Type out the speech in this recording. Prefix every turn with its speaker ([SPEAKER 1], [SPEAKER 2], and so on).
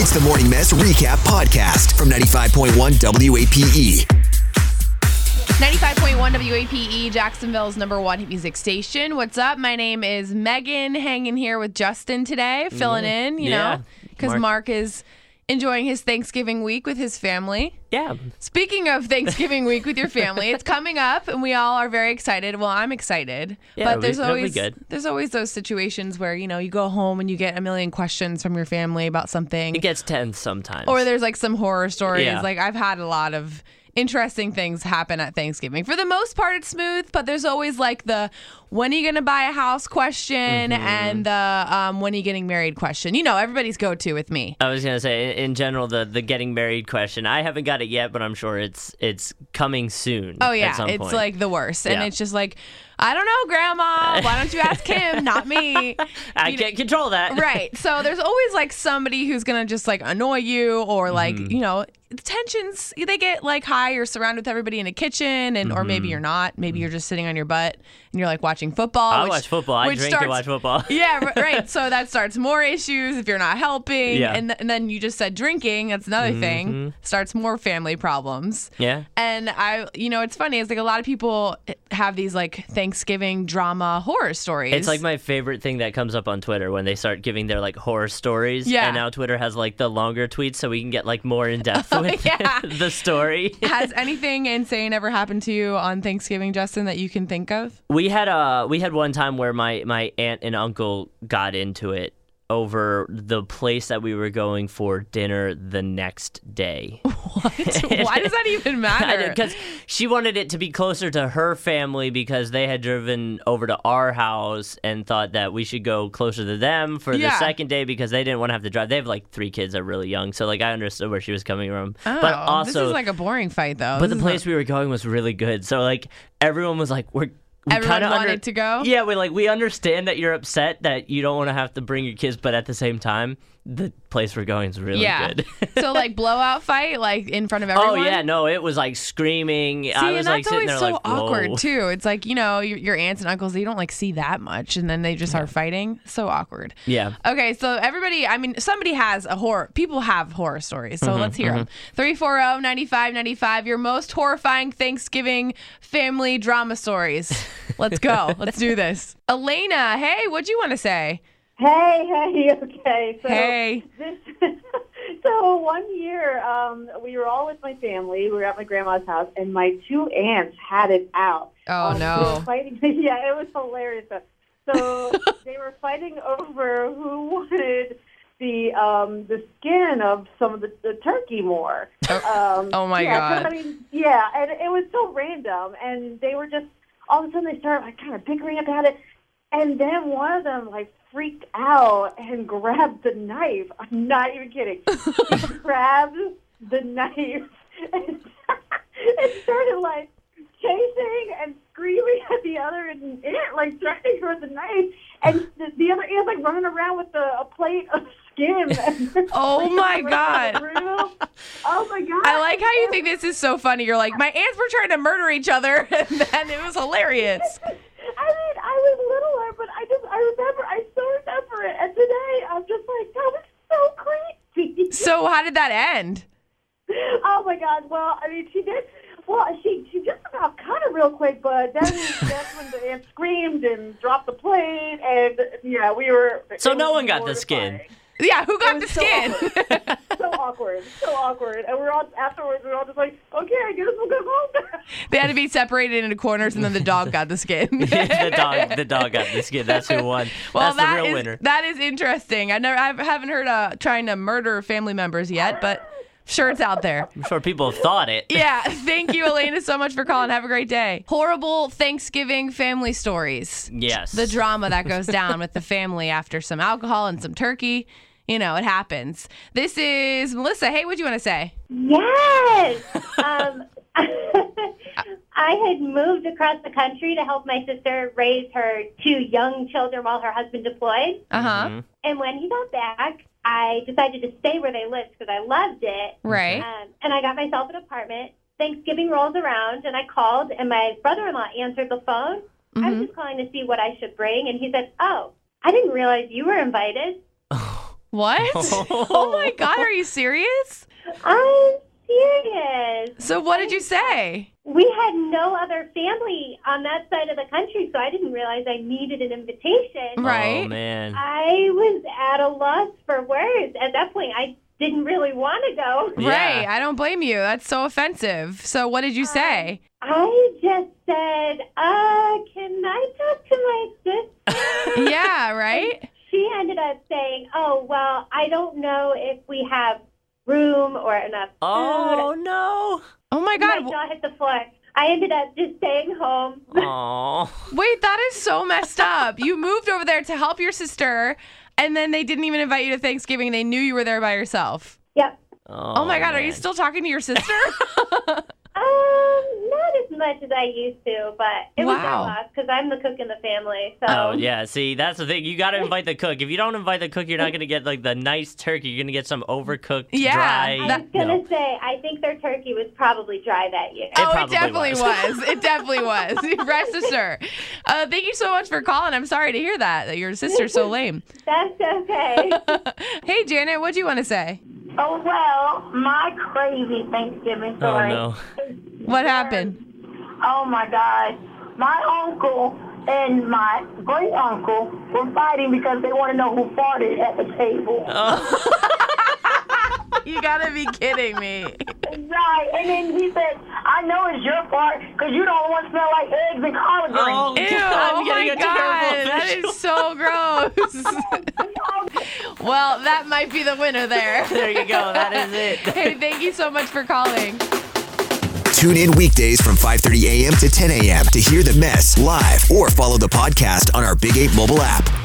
[SPEAKER 1] It's the Morning Mess Recap Podcast from 95.1 WAPE.
[SPEAKER 2] 95.1 WAPE, E, Jacksonville's number one hit music station. What's up? My name is Megan, hanging here with Justin today, filling in, you
[SPEAKER 3] Mm-hmm. Yeah.
[SPEAKER 2] know, because Mark.
[SPEAKER 3] Mark-
[SPEAKER 2] is enjoying his Thanksgiving week with his family.
[SPEAKER 3] Yeah.
[SPEAKER 2] Speaking of Thanksgiving week with your family, it's coming up and we all are very excited. Well, I'm excited.
[SPEAKER 3] Yeah,
[SPEAKER 2] but
[SPEAKER 3] it'll be-
[SPEAKER 2] there's
[SPEAKER 3] it'll be
[SPEAKER 2] always
[SPEAKER 3] good.
[SPEAKER 2] there's always those situations where, you know, you go home and you get a million questions from your family about something.
[SPEAKER 3] It gets tense sometimes.
[SPEAKER 2] Or there's like some horror stories.
[SPEAKER 3] Yeah.
[SPEAKER 2] Like I've had a lot of interesting things happen at Thanksgiving. For the most part, it's smooth, but there's always like the when are you going to buy a house question
[SPEAKER 3] Mm-hmm.
[SPEAKER 2] and the um, when are you getting married question. You know, everybody's go to with me.
[SPEAKER 3] I was gonna say, in, in general, the the getting married question. I haven't got it yet, but I'm sure it's it's coming soon.
[SPEAKER 2] Oh
[SPEAKER 3] at
[SPEAKER 2] yeah,
[SPEAKER 3] some
[SPEAKER 2] it's
[SPEAKER 3] point.
[SPEAKER 2] like the worst, and
[SPEAKER 3] Yeah.
[SPEAKER 2] it's just like, I don't know, Grandma. Why don't you ask him, not me?
[SPEAKER 3] I
[SPEAKER 2] you know-
[SPEAKER 3] can't control that.
[SPEAKER 2] right. So there's always like somebody who's gonna just like annoy you or like
[SPEAKER 3] Mm-hmm.
[SPEAKER 2] you know tensions they get like high. You're surrounded with everybody in a kitchen, and or maybe
[SPEAKER 3] Mm-hmm.
[SPEAKER 2] you're not. Maybe you're just sitting on your butt and you're like watching football.
[SPEAKER 3] I
[SPEAKER 2] which-
[SPEAKER 3] watch football. I
[SPEAKER 2] which
[SPEAKER 3] drink
[SPEAKER 2] starts-
[SPEAKER 3] to watch football.
[SPEAKER 2] yeah, r- right. So that starts more issues if you're not helping,
[SPEAKER 3] Yeah. Mm-hmm.
[SPEAKER 2] and, th- and then you just said drinking. That's another thing. Starts more family problems.
[SPEAKER 3] Yeah.
[SPEAKER 2] And I, you know, it's funny. It's like a lot of people have these like Thanksgiving drama horror stories.
[SPEAKER 3] It's like my favorite thing that comes up on Twitter when they start giving their like horror stories.
[SPEAKER 2] Yeah.
[SPEAKER 3] And now Twitter has like the longer tweets so we can get like more in depth with
[SPEAKER 2] Oh, yeah.
[SPEAKER 3] the story.
[SPEAKER 2] Has anything insane ever happened to you on Thanksgiving, Justin, that you can think of?
[SPEAKER 3] We had uh we had one time where my my aunt and uncle got into it over the place that we were going for dinner the next day.
[SPEAKER 2] Why does that even matter?
[SPEAKER 3] Because she wanted it to be closer to her family because they had driven over to our house and thought that we should go closer to them for
[SPEAKER 2] Yeah.
[SPEAKER 3] the second day because they didn't want to have to drive. They have like three kids that are really young, so like I understood where she was coming from.
[SPEAKER 2] Oh,
[SPEAKER 3] but
[SPEAKER 2] this
[SPEAKER 3] also,
[SPEAKER 2] is like a boring fight, though.
[SPEAKER 3] but
[SPEAKER 2] This
[SPEAKER 3] the
[SPEAKER 2] is not-
[SPEAKER 3] place we were going was really good, so like everyone was like we're. We
[SPEAKER 2] Everyone
[SPEAKER 3] kinda
[SPEAKER 2] wanted to go?
[SPEAKER 3] Yeah, we like we understand that you're upset that you don't want to have to bring your kids, but at the same time, the place we're going is really
[SPEAKER 2] yeah.
[SPEAKER 3] good.
[SPEAKER 2] so like blowout fight, like in front of everyone.
[SPEAKER 3] Oh yeah, no, it was like screaming.
[SPEAKER 2] See,
[SPEAKER 3] I was
[SPEAKER 2] and
[SPEAKER 3] like
[SPEAKER 2] that's
[SPEAKER 3] sitting
[SPEAKER 2] always
[SPEAKER 3] there
[SPEAKER 2] so
[SPEAKER 3] like, Whoa.
[SPEAKER 2] awkward too. It's like you know your, your aunts and uncles they don't like see that much, and then they just are fighting. So awkward.
[SPEAKER 3] Yeah.
[SPEAKER 2] Okay, so everybody, I mean, somebody has a horror. People have horror stories, so
[SPEAKER 3] Mm-hmm,
[SPEAKER 2] let's hear them. oh, 340-9595, Your most horrifying Thanksgiving family drama stories. Let's go. let's do this. Elena, hey, what'd you want to say?
[SPEAKER 4] Hey, hey, okay. So
[SPEAKER 2] Hey.
[SPEAKER 4] This, so one year, um, we were all with my family. We were at my grandma's house, and my two aunts had it out.
[SPEAKER 2] Oh,
[SPEAKER 4] Um,
[SPEAKER 2] no.
[SPEAKER 4] They were fighting. yeah, it was hilarious. So they were fighting over who wanted the um, the skin of some of the, the turkey more. Um,
[SPEAKER 2] oh, my
[SPEAKER 4] yeah,
[SPEAKER 2] God.
[SPEAKER 4] I mean, yeah, and it was so random, and they were just all of a sudden they started like kind of bickering about it, and then one of them like freaked out and grabbed the knife. I'm not even kidding. She grabbed the knife and, and started like chasing and screaming at the other and it like threatening her with the knife, and the, the other is like running around with a, a plate of skin. And
[SPEAKER 2] Oh, my God.
[SPEAKER 4] Room. Oh my god!
[SPEAKER 2] I like how you think this is so funny. You're like, my aunts were trying to murder each other, and then it was hilarious.
[SPEAKER 4] I mean, I was littler, but I just, I remember, I still remember it. And today, I'm just like, that was so creepy.
[SPEAKER 2] So how did that end?
[SPEAKER 4] oh my God. Well, I mean, she did, well, she, she just got cut it real quick, but then that's when the aunt screamed and dropped the plate. And yeah, we were.
[SPEAKER 3] So
[SPEAKER 4] it
[SPEAKER 3] no
[SPEAKER 4] was
[SPEAKER 3] one got the skin.
[SPEAKER 4] mortifying.
[SPEAKER 2] Yeah, who got
[SPEAKER 4] It
[SPEAKER 2] the
[SPEAKER 4] was so
[SPEAKER 2] skin?
[SPEAKER 4] awkward. so awkward, so awkward, and we we're all afterwards. We we're all just like, okay, I guess we'll go home.
[SPEAKER 2] they had to be separated into corners, and then the dog got the skin.
[SPEAKER 3] the dog, the dog got this kid. That's who won.
[SPEAKER 2] Well,
[SPEAKER 3] That's
[SPEAKER 2] that
[SPEAKER 3] the real
[SPEAKER 2] is-
[SPEAKER 3] winner.
[SPEAKER 2] that is interesting. I never, I haven't heard uh, trying to murder family members yet, but sure, it's out there.
[SPEAKER 3] I'm sure people have thought it.
[SPEAKER 2] Yeah, thank you, Elena, so much for calling. Have a great day. Horrible Thanksgiving family stories.
[SPEAKER 3] Yes.
[SPEAKER 2] The drama that goes down with the family after some alcohol and some turkey. you know, it happens. This is Melissa. Hey, what do you want to say?
[SPEAKER 4] Yes. um, I had moved across the country to help my sister raise her two young children while her husband deployed.
[SPEAKER 2] Uh huh.
[SPEAKER 3] Mhm.
[SPEAKER 4] And when he got back, I decided to stay where they lived because I loved it.
[SPEAKER 2] Right.
[SPEAKER 4] Um, and I got myself an apartment. Thanksgiving rolls around, and I called, and my brother-in-law answered the phone. I was just calling to see what I should bring, and he said, "Oh, I didn't realize you were invited."
[SPEAKER 2] What? oh my God, are you serious?
[SPEAKER 4] I'm serious.
[SPEAKER 2] So, what did you say?
[SPEAKER 4] We had no other family on that side of the country, so I didn't realize I needed an invitation.
[SPEAKER 2] Right.
[SPEAKER 3] Oh man.
[SPEAKER 4] I was at a loss for words. At that point, I didn't really want to go.
[SPEAKER 3] Yeah.
[SPEAKER 2] Right. I don't blame you. That's so offensive. So, what did you say?
[SPEAKER 4] I just said, uh, can I talk to my sister?
[SPEAKER 2] yeah, right?
[SPEAKER 4] She ended up saying, oh, well, I don't know if we have room or enough food.
[SPEAKER 3] Oh no.
[SPEAKER 2] Oh my
[SPEAKER 4] my
[SPEAKER 2] God. w-
[SPEAKER 4] jaw hit the floor. I ended up just staying home.
[SPEAKER 3] Oh.
[SPEAKER 2] Wait, that is so messed up. You moved over there to help your sister, and then they didn't even invite you to Thanksgiving. They knew you were there by yourself.
[SPEAKER 4] Yep.
[SPEAKER 2] Oh, my God, are you
[SPEAKER 3] man.
[SPEAKER 2] still talking to your sister?
[SPEAKER 4] Um, not as much as I used to, but it was
[SPEAKER 2] Wow.
[SPEAKER 4] a loss because I'm the cook in the family. So
[SPEAKER 3] Oh yeah, see that's the thing. You gotta invite the cook. If you don't invite the cook, you're not gonna get like the nice turkey. You're gonna get some overcooked,
[SPEAKER 2] Yeah,
[SPEAKER 3] dry.
[SPEAKER 4] I
[SPEAKER 2] that-
[SPEAKER 4] was gonna
[SPEAKER 3] no.
[SPEAKER 4] say, I think their turkey was probably dry that year.
[SPEAKER 3] It
[SPEAKER 2] oh, it
[SPEAKER 3] probably
[SPEAKER 2] definitely was.
[SPEAKER 3] was.
[SPEAKER 2] It definitely was. Rest assured. Uh, thank you so much for calling. I'm sorry to hear that, that your sister's so lame.
[SPEAKER 4] That's okay.
[SPEAKER 2] hey, Janet, what do you want to say?
[SPEAKER 5] Oh well, my crazy Thanksgiving
[SPEAKER 3] Oh
[SPEAKER 5] story.
[SPEAKER 3] no.
[SPEAKER 2] What happened?
[SPEAKER 5] Oh my God, my uncle and my great uncle were fighting because they want to know who farted at the table.
[SPEAKER 2] You got to be kidding me.
[SPEAKER 5] Right, and then he said, "I know it's your fart because you don't want to smell like eggs and collard greens."
[SPEAKER 3] Oh,
[SPEAKER 2] Ew,
[SPEAKER 3] God,
[SPEAKER 2] oh
[SPEAKER 3] I'm getting
[SPEAKER 2] my
[SPEAKER 3] a
[SPEAKER 2] God. That
[SPEAKER 3] terrible
[SPEAKER 2] is so gross. well, that might be the winner there.
[SPEAKER 3] There you go. That is it.
[SPEAKER 2] hey, thank you so much for calling.
[SPEAKER 1] Tune in weekdays from 5:30 a.m. to 10 a.m. to hear the mess live or follow the podcast on our Big 8 mobile app.